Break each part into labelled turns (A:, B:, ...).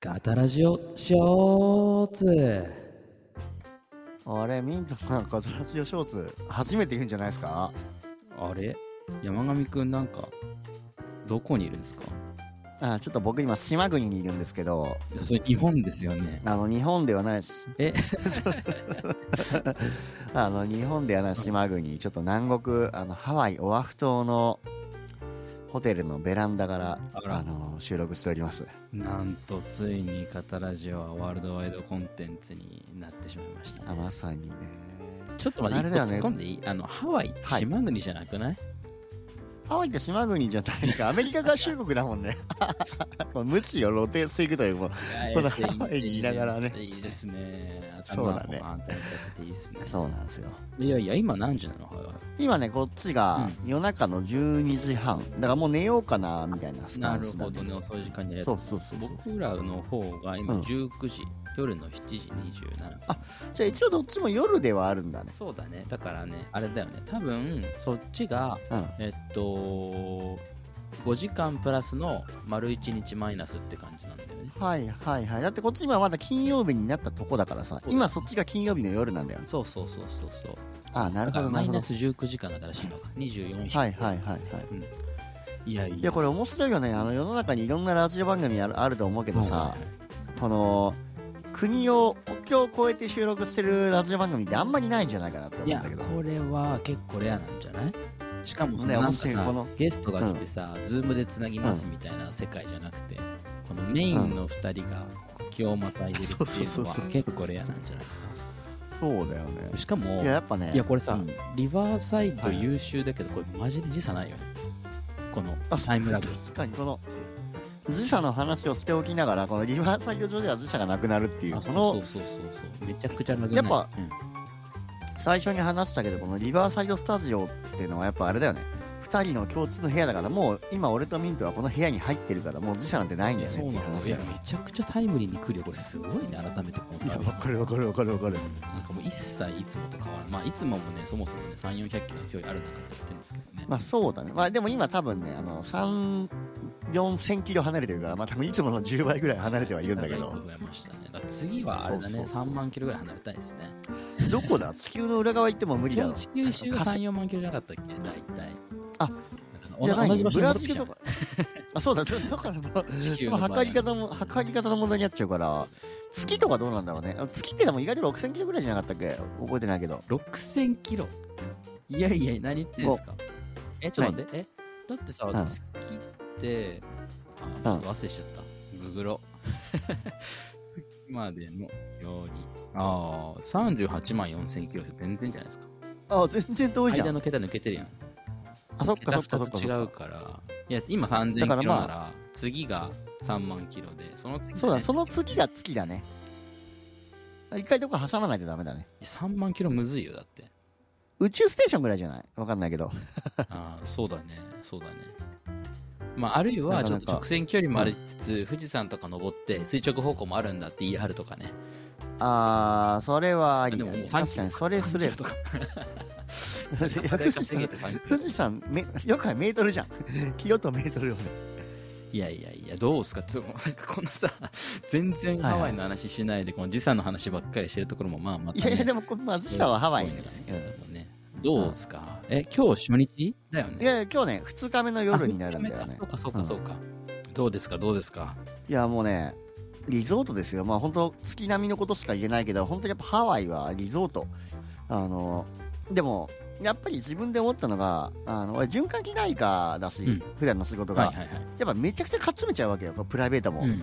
A: ガタラジオショーツ
B: あれ、ミントさん、ガトラジオショーツ、初めて言うんじゃないですか
A: あれ山上くんなんかどこにいるんですか
B: あちょっと僕今、島国にいるんですけど、
A: いやそれ日本ですよね
B: あの、日本ではないし、
A: え
B: あの、日本ではない島国、ちょっと南国、あの、ハワイ、オアフ島のホテルのベランダから、
A: あら
B: あの、収録しております。
A: なんとついにガタラジオはワールドワイドコンテンツになってしまいました
B: あまさにね。
A: ちょっと待って
B: あれ
A: 一
B: だ
A: 個突
B: よね
A: っ込んでいいあのハワイ
B: はい
A: 島国じゃなくない、
B: ハワイって島国じゃないか、アメリカ合衆国だも んね。もう無知よ、露呈していくという、もう
A: い、
B: このハワイにいながらね
A: いいですね
B: そうだね
A: 頭をバーンってやってていいですね
B: そうなんですよ。
A: いやいや今何時なのハワ
B: 今ねこっちが夜中の12時半、だからもう寝ようかなみたいな
A: イ
B: スタ
A: な
B: ン
A: る
B: ス
A: ほ
B: んで
A: どね遅い時間にやる
B: そうそうそう
A: 僕らの方が今
B: うん
A: 19時、夜の7時27分
B: じゃあ一応どっちも夜ではあるんだね
A: そうだねだからねあれだよね多分そっちが
B: うん
A: えっと5時間プラスの丸1日マイナスって感じなんだよね
B: はいはいはいだってこっち今まだ金曜日になったとこだからさ今そっちが金曜日の夜なんだよ
A: そうそうそうそうそう
B: ああな
A: だ
B: る
A: か
B: ほ
A: ら
B: ど
A: マ
B: なる
A: イ
B: ほど
A: ナス19時間だったらしいのか24時、
B: はいはいはいはい
A: いやいや
B: いやこれ面白いよねあの世の中にいろんなラジオ番組あるあると思うけどさ、この国を国境を越えて収録してるラジオ番組ってあんまりないんじゃないかなって
A: い
B: 思う
A: や
B: んだけど
A: これは結構レアなんじゃないしかもその
B: ね
A: なんか
B: 面白いこ
A: さ
B: の
A: ゲストが来てさ、ズームでつなぎますみたいな世界じゃなくて、このメインの2人が国境をまたいでるって
B: そう
A: いう
B: そ
A: の
B: う
A: は
B: そうそう
A: 結構レアなんじゃないですか
B: そうだよね
A: しかも
B: いややっぱね
A: いやこれさ、
B: うん
A: リバーサイド
B: はい
A: 優秀だけど、これマジで時差ないよね。このタイムラグ。
B: 確かにこの時差の話をしておきながらこのリバーサイド上では時差がなくなるっていう
A: あ
B: こ
A: そう
B: の
A: そうそうそうそう。めちゃくちゃラグない。
B: やっぱ
A: うん
B: 最初に話したけどこのリバーサイドスタジオっていうのはやっぱあれだよね2人の共通の部屋だからもう今俺とミントはこの部屋に入ってるからもう時差なんてないんだよね
A: そう
B: ってい
A: な
B: うん
A: だ
B: 話
A: い
B: だ
A: や、
B: よ
A: め
B: ね
A: ちゃくちゃタイムリーに来るよ。これすごいね、改めてこのサ
B: いや
A: ービ
B: わ
A: ス。
B: かるわかるわかるわかる
A: なんかもう一切いつもと変わらない。まあ、いつももね、そもそもね、3、400キロの距離ある中でやってるんですけどね。
B: まあそうだねまあでも今多分ねあの3 4千キロ離れてるからまあ多分いつもの10倍ぐらい離れ てはいるんだけ
A: だいぶ
B: ど
A: 増えましたね。だから次はあれだね、
B: そうそうそう
A: 3万キロぐらい離れたいですね。
B: どこだ地球の裏側行っても無理だろ
A: 地球一周が
B: 火星
A: 3、4万キロじゃなかったっけ大体。
B: あ
A: じ
B: じ
A: ゃ
B: ゃ
A: あ
B: ない
A: 同じ場所に戻
B: ブラ
A: って
B: ジ
A: き
B: ル
A: ちゃう
B: とかあそうだだだからもう
A: 地球
B: そ
A: の場合
B: の測り方も測り方の問題になっちゃうから月とかどうなんだろうねあ月ってでも意外と6000キロぐらいじゃなかったっけ覚えてないけど
A: 6000キロいやいや何言ってんですかえちょっと待ってえだってさ、
B: うん
A: 月ってあちょっと忘れしちゃったググロ 月までの距離ああ38万4000キロって全然じゃないですか
B: あ全然遠いじゃ
A: 間
B: ん
A: の桁抜けてるやん
B: あそっか
A: 桁
B: そっかそ
A: 2
B: っか
A: つ違
B: そっか
A: うからいや今3000キロ
B: だからまあ
A: なら次が3万キロでその次
B: そうだそ
A: の
B: の次が月だね一回どこか挟まないとダメだね
A: 3万キロむずいよだって
B: 宇宙ステーションぐらいじゃないわかんないけど
A: ああそうだねそうだねまああるいは
B: な
A: ち
B: か
A: ょ
B: な
A: っ
B: か
A: と直線距離もありつつ、富士山とか登って垂直方向もあるんだって言い張るとかね
B: あーそれはあり
A: で
B: だ
A: ももう
B: ね
A: 3
B: 確
A: キ
B: か
A: ロ
B: にそれすれ
A: 3キロとか
B: 富
A: それ稼げて3キロ
B: 士山めよくはメートルじゃん キロとメートルよね
A: いやいやいやどうですかちょっともうなんかこんなさ全然ハワイの話しないで、この時差の話ばっかりしてるところもまあまた、ね、
B: いやいやでもこまあ時差はハワ
A: 多
B: イ
A: い
B: だ
A: んで
B: から
A: す
B: ね
A: けれどもねどうですか、え今日初日だよね
B: いやいや今日ね2日目の夜になるんだよ
A: あ
B: ね
A: そうかそうかそうか、どうですかどうですか
B: いやもうねリゾートですよまあ本当月並みのことしか言えないけど本当にやっぱハワイはリゾートあのでもやっぱり自分で思ったのがあの俺循環器内科だし、
A: うん
B: 普段の仕事が、
A: はいはいはい
B: やっぱめちゃくちゃかっつめちゃうわけよこのプライベートも
A: うんう、ん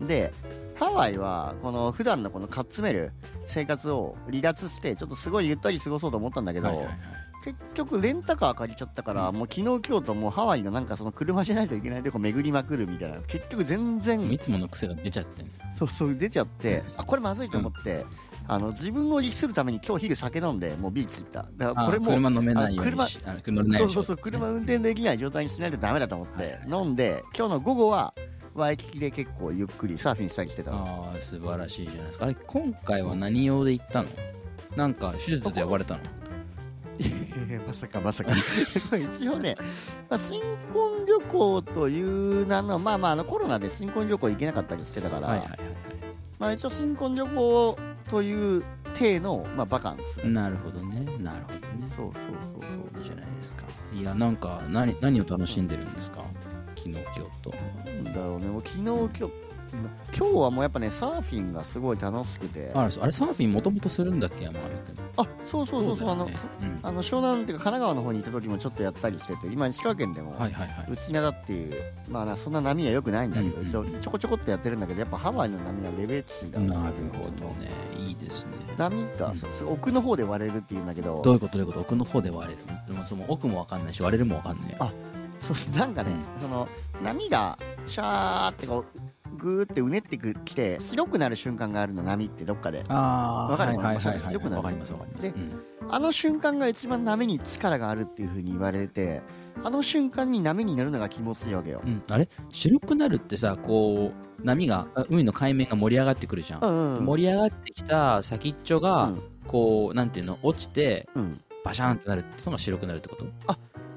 A: うん
B: でハワイはこの普段のこのかっつめる生活を離脱してちょっとすごいゆったり過ごそうと思ったんだけど、
A: はいはいはい
B: 結局レンタカー借りちゃったから、もう昨日今日ともうハワイのなんかその車じゃないといけないとこ巡りまくるみたいな結局全
A: でも
B: 然
A: いつもの癖が出ちゃってん
B: そうそう出ちゃってあこれまずいと思って、あの自分を律するために今日昼酒飲んでもうビーチ行っただから
A: あ
B: これも
A: 車飲めないように
B: あ
A: しあ車乗れない
B: そ
A: よ
B: う
A: にし
B: そ
A: よ
B: うそう車運転できない状態にしないとダメだと思って、飲んで今日の午後はワイキキで結構ゆっくりサーフィンしたりしてた の
A: ああ素晴らしいじゃないですかあれ今回は何用で行ったのなんか手術で呼ばれたの
B: まさかまさか 一応ね、まあ、新婚旅行という名のまあまああのコロナで新婚旅行行けなかったりしてたから、
A: はいはいは
B: まあ、一応新婚旅行という体の、まあ、バカンス
A: い。なるほどね。なるほどね。
B: そうそうそう
A: いいじゃないですか。いや、なんか、何、何を楽しんでるんですか昨日、今日と。
B: そうなんだろうねもう昨日今日今日はもうやっぱねサーフィンがすごい楽しくて
A: あれ、あれサーフィンもともとするんだっけ山原君。
B: あそうそうそうそうあ
A: だよ
B: の
A: ね
B: あの湘南っていうか神奈川の方に行った時もちょっとやったりしてて今石川県で
A: う
B: も
A: んはいはいはい。
B: 内灘っていうまあなそんな波は良くないんだけど、
A: うんうん
B: 一応ちょこちょこっとやってるんだけどやっぱハワイの波はレベチだ
A: なるほどね。いいですね。
B: 波が、
A: うん
B: そうそう奥の方で割れるっていうんだけど
A: どういうことどういうこと奥の方で割れるでもその奥もわかんないし、割れるもわかんない。
B: あそうなんかね、その波がシャーってこうぐーってうねってくきて白くなる瞬間があるの波ってどっかで
A: あー
B: わかる
A: はいはいはい
B: わか
A: は
B: る
A: い。
B: よくなる
A: わかりますわかります。
B: で
A: うん
B: あの瞬間が一番波に力があるっていう風に言われててあの瞬間に波になるのが気持ちいいわけよ、
A: うんあれ白くなるってさ、こう、波が、あ海の海面が盛り上がってくるじゃ。
B: うんんうん
A: 盛り上がってきた先っちょ
B: う
A: が、
B: ん
A: こう、なんていうの、落ちて、
B: うん
A: バシャンってなるってのが白くなるってこと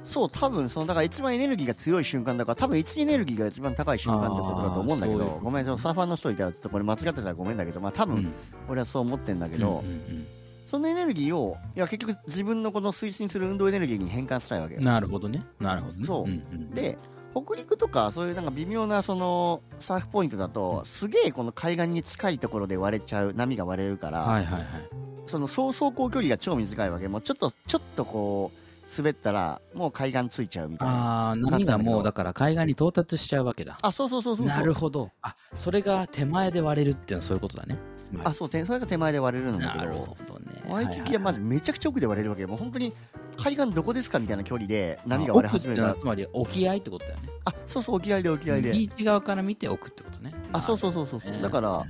B: そう多分そのだから一番エネルギーが強い瞬間だから多分一エネルギーが一番高い瞬間ってことだと思うん
A: あ
B: だけ
A: ーそういう
B: ど
A: こと
B: ごめんそのサーファーの人いたらちょっとこれ間違ってたらごめんだけどまあ多
A: うん
B: 分俺はそう思ってんだけ
A: う
B: ど、
A: んうん
B: そのエネルギーをいや結局自分のこの推進する運動エネルギーに変換したいわけ
A: うん
B: よ
A: なるほどね。なるほどね。
B: そうん
A: ん、
B: で北陸とかそういうなんか微妙なそのサーフポイントだとすげえこの海岸に近いところで割れちゃう波が割れるから、
A: はいはいはい。
B: そのそう走行距離が超短いわけもうちょっとちょっとこう滑ったらもう海岸ついちゃうみたいな
A: ああ、
B: んだ
A: 波
B: けど
A: がもうだから海岸に到達しちゃうわけだ。
B: あそうそうそうそうそう
A: なるほど。あそれが手前で割れるっていうのはそういうことだね。つまり
B: あそうてそれが手前で割れるんだけ
A: な
B: ど
A: るほどね。
B: ワイキキはま
A: ず
B: ずめちゃくちゃ奥で割れるわけよもう本当に海岸どこですかみたいな距離で波が割れ始めるか
A: た。
B: ら
A: 奥ってのはつまり沖合ってことだよね。
B: あそうそう沖合で沖合で、
A: ビーチ側から見て奥ってことね。
B: あそうそううそうそうそう
A: ね
B: だから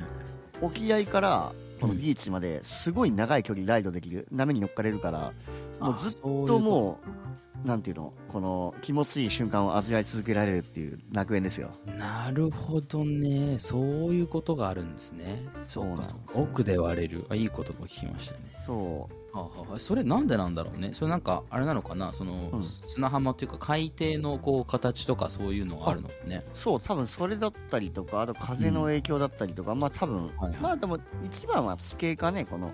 B: 沖合からこの
A: うん
B: ビーチまですごい長い距離ライドできる波に乗っかれるからもうずっ
A: と
B: ともうなんていうのこの気持ちいい瞬間を味わい続けられるっていう楽園ですよ
A: ういう。なるほどね。そういうことがあるんですね。そうか、
B: そ
A: そうう
B: なん
A: か。
B: です
A: 奥で割れる。あいいことも聞きましたね。
B: そう
A: はあはあはあそれなんでなんだろうね。それなんか、あれなのかな、その、
B: うん
A: 砂浜というか、海底のこう形とかそういうのがあるのかね。
B: そう多分それだったりとかあと風の影響だったりとか、まあ多分、
A: はいはい
B: まあでも一番は地形かねこの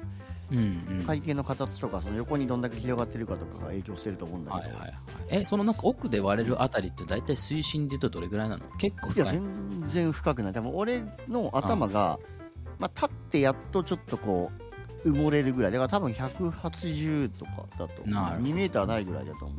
A: うんうん。
B: 海底の形とかその横にどんだけ広がってるかとかが影響してると思うんだ
A: はい
B: け
A: はい
B: ど、、
A: はいい、えそのなんか奥で割れるあたりって大体水深でいうとどれぐらいなの結構深い
B: や全然深くない多分俺の頭がまあ、立ってやっとちょっとこう埋もれるぐらいだから多分180とかだと
A: なるほど
B: 2メーターないぐらいだと思う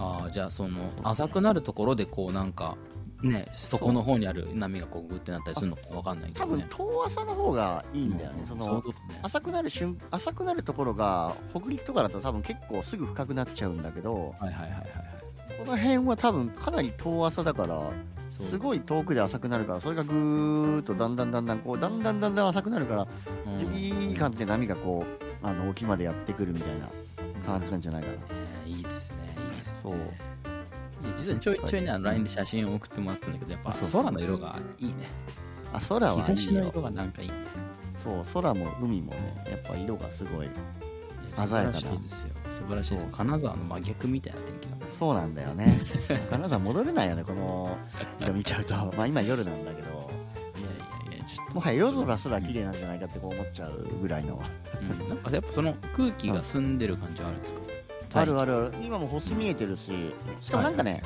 A: ああじゃあその浅くなるところでこうなんかね底の方にある波がこうグってなったりするのか分かんないけ
B: 多
A: ど
B: 分
A: ね
B: 遠浅の方がいいんだよね、
A: うそ
B: そ
A: ういう
B: の
A: ことね
B: 浅くなる瞬浅くなるところが北陸とかだと多分結構すぐ深くなっちゃうんだけど
A: はいはいはいはいはい
B: この辺は多分かなり遠浅だから
A: そう
B: すごい遠くで浅くなるからそれがぐーっとだんだんだんだんこうだんだんだんだん浅くなるから
A: うん
B: いい感じで波がこうあの沖までやってくるみたいな感じなんじゃないかな
A: えーいいですねいいですね
B: そう
A: いや実はちょいちょいねあの LINE で写真を送ってもらったんだけどやっ
B: あ
A: ぱ
B: そう
A: 空の色がいいね
B: あ空
A: 日
B: は
A: 差
B: い
A: し
B: い
A: の
B: よ
A: 色がなんかいいね
B: そう空も海もねやっぱ色がすごい
A: いや
B: 鮮
A: 素晴
B: やかな
A: らしいですよ素晴らしいです
B: そう
A: 金沢の真逆みたいな天気だね
B: そうなんだ よね金沢戻れないよねこの色見ちゃうとまあ今夜なんだけ
A: い
B: ど
A: やいやいやちょっと
B: もはや夜空すら綺麗なんじゃないかってこう思っちゃうぐらいの
A: うん、なんかやっぱその空気が澄んでる感じはあるんですか、
B: あるあ
A: る
B: るある今も星見えてるししかもなんかね、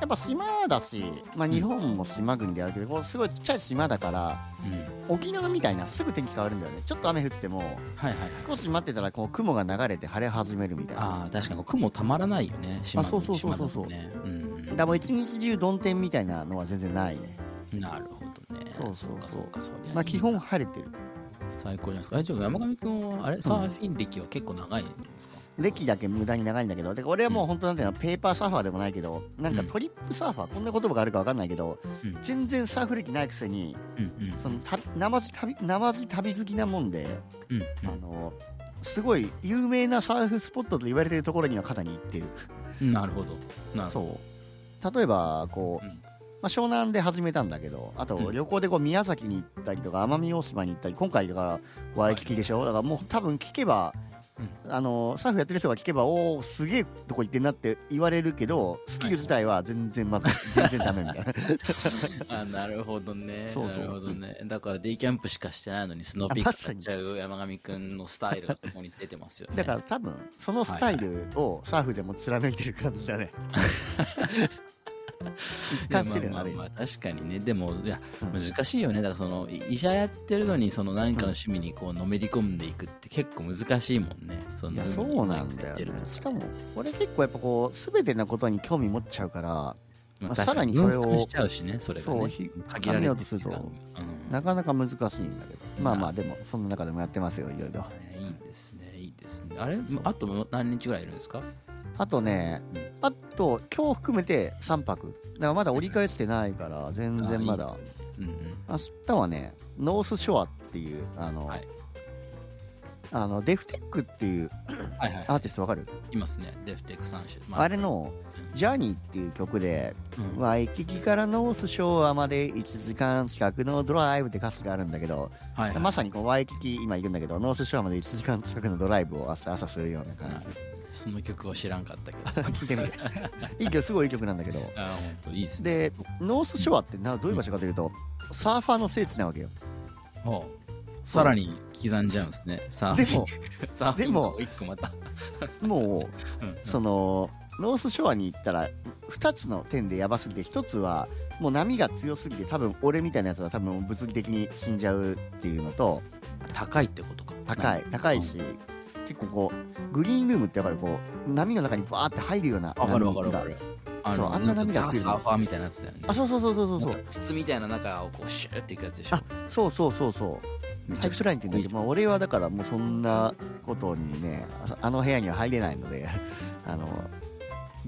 B: やっぱ島だし、まあ、日本も島国であるけど、こうすごいちっちゃい島だから
A: うん
B: 沖縄みたいなすぐ天気変わるんだよねちょっと雨降っても
A: はいはいはい
B: 少し待ってたらこう雲が流れて晴れ始めるみたいな
A: ああ確かに雲たまらないよね島
B: そうそ
A: の
B: うそう
A: 島
B: そ
A: だ
B: うそう
A: とねうん
B: だからもう一日中曇天みたいなのは全然ないね
A: なるほどね
B: そうそ
A: そううかそうかそうりゃいい
B: まあ基本晴れてる
A: 最高じゃないですかえじゃあ山上君はあれサーフィン歴は結構長いんですか、
B: 歴だけ無駄に長いんだけどで俺はもう本当なんていうのペーパーサーファーでもないけどなんかトリップサーファー、こんな言葉があるか分かんないけど、
A: うん
B: 全然サーフ歴ないくせに
A: うん、うん
B: そのたなまじ旅なまじ旅好きなもんで、
A: うん
B: あのすごい有名なサーフスポットと言われてるところにはかなり行ってる
A: うんなるほどなるほ
B: そう例えばこう、
A: うん
B: まあ、湘南で始めたんだけどあ
A: う
B: と
A: ん
B: 旅行でこう宮崎に行ったりとか奄美大島に行ったり今回だからワイキキでしょだからもう多分聞けばあのサーフやってる人が聞けばおおすげえとこ行ってんなって言われるけどスキル自体は全然まず全然ダメみたいな
A: あなるほどね。
B: そうそう
A: なるほどね。だからデイキャンプしかしてないのにスノーピー
B: あま
A: ク
B: さ
A: 買っ
B: に
A: ちゃう山上くんのスタイルがそこに出てますよね。
B: だから多分そのスタイルをサーフでも貫いてる感じだね 一貫してるよね
A: まあまあまあ確かにね。でも、いや、
B: うん
A: 難しいよね。だからその、い医者やってるのに、その何かの趣味にこう、のめり込んでいくって結構難しいもんね。そ
B: いやそうなんだよね。しかも、俺結構やっぱこう、すべてのことに興味持っちゃうから、まあ
A: さ
B: さ
A: ら
B: ら
A: に
B: に
A: それ
B: そ
A: を。
B: れを
A: 分散しちゃうしね、それが、ね。
B: そうひ
A: 限られてる
B: 高めようと
A: 時間うん
B: なかなか難しいんだけど、まあま
A: う
B: あ、でも、そんな中でもやってますよ、いろいろ。
A: ねいいですね、いいですね。あれあと何日ぐらいいるんですか
B: あとね、あと、今日含めて3泊。だからまだ折り返してないから、全然まだ。
A: うんうん。
B: 明日はね、ノースショアっていう、あの、
A: はい
B: あのデフテックっていう
A: はいはい。
B: アーティストわかる、
A: いますね、デフテック3種。ま
B: あれの、ジャーニーっていう曲で、
A: うん
B: ワイキキからノースショアまで1時間近くのドライブって歌詞があるんだけど、
A: はいはい
B: まさにこうワイキキ今いるんだけどノースショアまで1時間近くのドライブを朝朝するような感
A: その曲を知らんか ったけど。
B: じ聞いてみていい曲すごいいい曲なんだけど
A: あ本当いいですね。
B: でノースショアってなどういう場所かというとサーファーの聖地なわけよ
A: ほうさらに刻んじゃうんですね。サーフィン
B: でも、
A: サーフィン
B: で
A: も
B: も
A: 一個また。
B: も
A: うん
B: うそのノースショアに行ったら2つの点でやばすぎて1つはもう波が強すぎて多分俺みたいなやつは多分物理的に死んじゃうっていうのと
A: 高いってことか。
B: 高い高いし結構こうグリーンルームってやっぱりこう波の中にバーって入るような
A: うん。わかるわかるわか
B: 波が
A: る。あ
B: そう
A: の、あ
B: あ
A: ん
B: ん
A: なな
B: な
A: んか
B: 波
A: ザ・
B: が来る
A: サーファーみたいなやつだよね。
B: あそうそうそうそうそ
A: な
B: うそ
A: ん
B: う
A: か筒みたいな中をこうシューっていくやつでしょ
B: あ。そうそうそうそう
A: め
B: ハイクラインって言うんだけど、まあ、俺はだからもうそんなことにねああの部屋には入れないので あの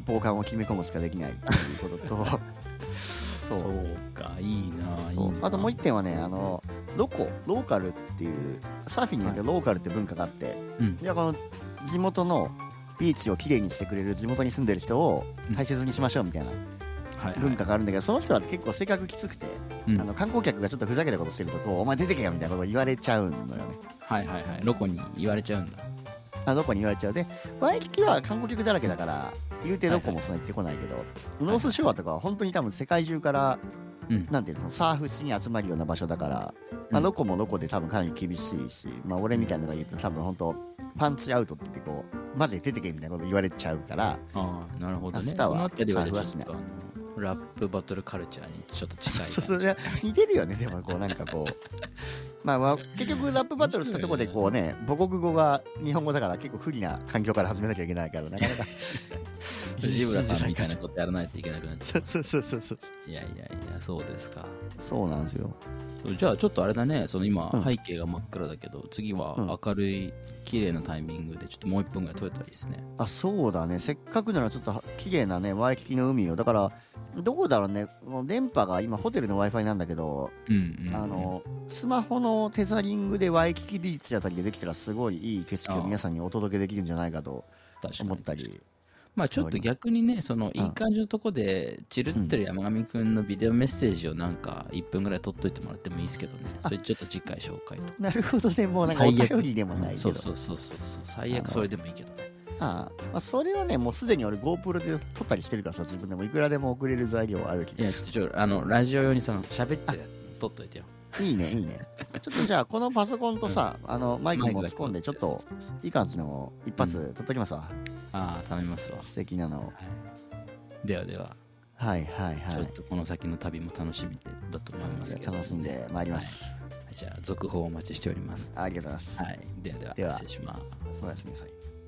B: 防寒を決め込むしかできないっていうこと とそう
A: そうか、いいなぁいい
B: そう
A: なぁ
B: あともう一点はねあのロコローカルっていうサーフィンによってローカルって文化があって、
A: うん
B: でこの地元のビーチをきれいにしてくれる地元に住んでる人を大切にしましょうみたいな
A: はいはい
B: 文化があるんだけどその人は結構性格きつくて、
A: うん
B: あの観光客がちょっとふざけたことしてるとこうお前出てけよみたいなこと言われちゃうのよね
A: はいはいはい。ロコに言われちゃうんだ。
B: あどこに言われちゃうでワイキキは観光客だらけだから言うてどこもそんな行ってこないけど、ノースショアとかは本当に多分世界中から、
A: うん
B: なんていうのサーフしに集まるような場所だから、
A: う
B: まあ、
A: ん
B: どこもどこで多分かなり厳しいし、まあ、俺みたいなのが言うと多分本当パンチアウトって言ってこうマジで出てけみたいなこと言われちゃうから
A: ああ、なるほどね。
B: 明日は
A: そのあたりはじゃあち
B: サ
A: ょ
B: ー
A: っとあのラップバトルカルチャーにちょっと近い感じ。
B: そうそうそう似てるよねでもこうなんかこう。 まあまあ、結局ラップバトルしたところでこうね母国語が日本語だから結構不利な環境から始めなきゃいけないからなかなか
A: 藤村さん みたいなことやらないといけなくなっちゃ
B: そうそうそうそう
A: う。いやいやいや、そうですか。
B: そうなんですよ。
A: じゃあちょっとあれだね、その今
B: うん
A: 背景が真っ暗だけど、次
B: うん
A: は明るい、綺麗なタイミングで、ちょっともう1分ぐらい撮れたらいいですね。
B: あ、そうだね。せっかくならちょっとは綺麗なね、ワイキキの海を。だから、どこだろうね。もう電波が今ホテルの Wi-Fi なんだけど、
A: うんうんうん。
B: あの、スマホのテザリングでワイキキビーチあたりでできたらすごいいい景色
A: あ
B: を
A: あ
B: 皆さんにお届けできるんじゃないかと
A: 確かに
B: 思ったり。
A: まあちょっと逆にね、そのいい感じのとこで、チルってる山上くんのビデオメッセージをなんか1分ぐらい撮っといてもらってもいいですけどね。それちょっと次回紹介とか。
B: なるほどね。もうなんかお
A: 最
B: 便
A: 悪
B: りでもないけど。
A: そうそうそうそうそう。最悪それでもいいけどね。
B: ああまあ、それはね、もうすでに俺 GoPro で撮ったりしてるからさ、自分でもいくらでも送れる材料はあるけ
A: い
B: ど
A: や、ちょっとちょっとあの、ラジオ用にさ、喋ってるやつ撮っといてよ。
B: いいね、いいね。ちょっとじゃあ、このパソコンとさ、あの、マイク持ち込んで、ちょっと
A: そうそうそう
B: いい感じの一発撮っときますわ、
A: ああ、頼みますわ。は
B: 素敵なのを
A: い、ではでは、
B: はいはい
A: ちょ
B: はい
A: っとこの先の旅も楽しみでだと思いますけど、
B: 楽しんでまいります、
A: じゃあ、続報をお待ちしております。
B: ありがとうございます、
A: はい、ではでは、
B: では
A: 失礼しま
B: お
A: す
B: や。すみなさい